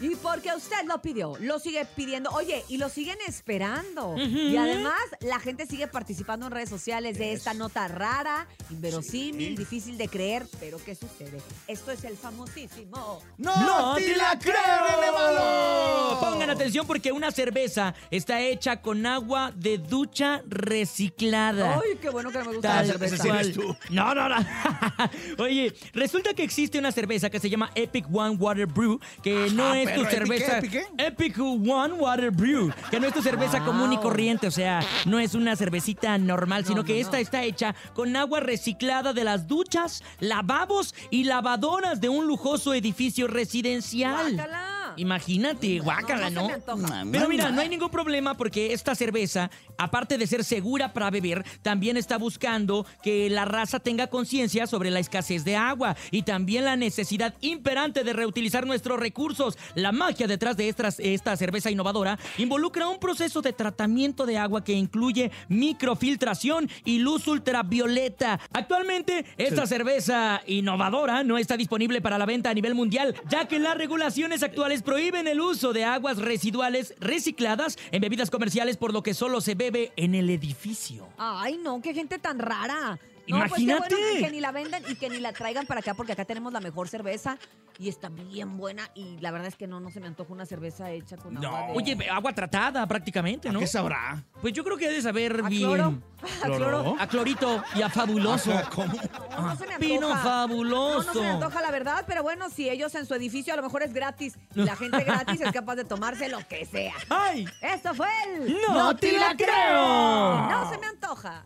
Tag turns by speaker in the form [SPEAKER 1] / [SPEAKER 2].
[SPEAKER 1] Y porque usted lo pidió, lo sigue pidiendo, oye, y lo siguen esperando. Y además, la gente sigue participando en redes sociales de esta nota rara, inverosímil,
[SPEAKER 2] Sí.
[SPEAKER 1] difícil de creer, pero ¿qué sucede? Esto es el famosísimo.
[SPEAKER 2] ¡No,
[SPEAKER 3] ¡No
[SPEAKER 2] te
[SPEAKER 3] te
[SPEAKER 2] la creo, Renévalo!
[SPEAKER 3] Pongan atención porque una cerveza está hecha con agua de ducha reciclada.
[SPEAKER 1] Ay, qué bueno que no me gusta
[SPEAKER 3] Ah. Tal
[SPEAKER 1] la
[SPEAKER 2] cerveza.
[SPEAKER 1] cerveza.
[SPEAKER 3] cual.
[SPEAKER 2] eres tú.
[SPEAKER 3] No, no, no. Oye, resulta que existe una cerveza que se llama Epic One Water Brew, que no es
[SPEAKER 2] perro,
[SPEAKER 3] tu
[SPEAKER 2] ¿Epic qué?
[SPEAKER 3] cerveza.
[SPEAKER 2] ¿Epic qué?
[SPEAKER 3] Epic One Water Brew, que no es tu cerveza
[SPEAKER 1] Wow.
[SPEAKER 3] común y corriente, o sea, no es una cervecita normal,
[SPEAKER 1] No,
[SPEAKER 3] sino
[SPEAKER 1] no,
[SPEAKER 3] que
[SPEAKER 1] no.
[SPEAKER 3] esta está hecha con agua reciclada de las duchas, lavabos y lavadoras de un lujoso edificio residencial.
[SPEAKER 1] Guácala.
[SPEAKER 3] Imagínate, guácala,
[SPEAKER 1] no, no se
[SPEAKER 3] ¿no?
[SPEAKER 1] me antoja.
[SPEAKER 3] Pero mira, no hay ningún problema porque esta cerveza, aparte de ser segura para beber, también está buscando que la raza tenga conciencia sobre la escasez de agua y también la necesidad imperante de reutilizar nuestros recursos. La magia detrás de esta, esta cerveza innovadora involucra un proceso de tratamiento de agua que incluye microfiltración y luz ultravioleta. Actualmente, esta cerveza innovadora no está disponible para la venta a nivel mundial, ya que las regulaciones actuales prohíben el uso de aguas residuales recicladas en bebidas comerciales, por lo que solo se bebe en el edificio.
[SPEAKER 1] Ay, no, qué gente tan rara. No, Pues
[SPEAKER 3] Imagínate.
[SPEAKER 1] qué bueno que, que ni la vendan y que ni la traigan para acá, porque acá tenemos la mejor cerveza y está bien buena. Y la verdad es que no, no se me antoja una cerveza hecha con
[SPEAKER 2] No.
[SPEAKER 1] agua. de-
[SPEAKER 3] Oye, agua tratada prácticamente, ¿no?
[SPEAKER 2] ¿Qué sabrá? ¿Oh?
[SPEAKER 3] Pues yo creo que ha de saber
[SPEAKER 1] a
[SPEAKER 3] bien.
[SPEAKER 1] cloro. A cloro.
[SPEAKER 2] ¿Cloro?
[SPEAKER 3] A clorito y a
[SPEAKER 2] O
[SPEAKER 3] fabuloso.
[SPEAKER 2] sea, ¿cómo?
[SPEAKER 1] No, no se me antoja.
[SPEAKER 3] Pino
[SPEAKER 1] No,
[SPEAKER 3] fabuloso.
[SPEAKER 1] no se me antoja la verdad, pero bueno, si ellos en su edificio a lo mejor es gratis. y La gente gratis es capaz de tomarse lo que sea.
[SPEAKER 3] ¡Ay!
[SPEAKER 1] Esto fue el...
[SPEAKER 3] ¡No te la creo!
[SPEAKER 1] No se me antoja.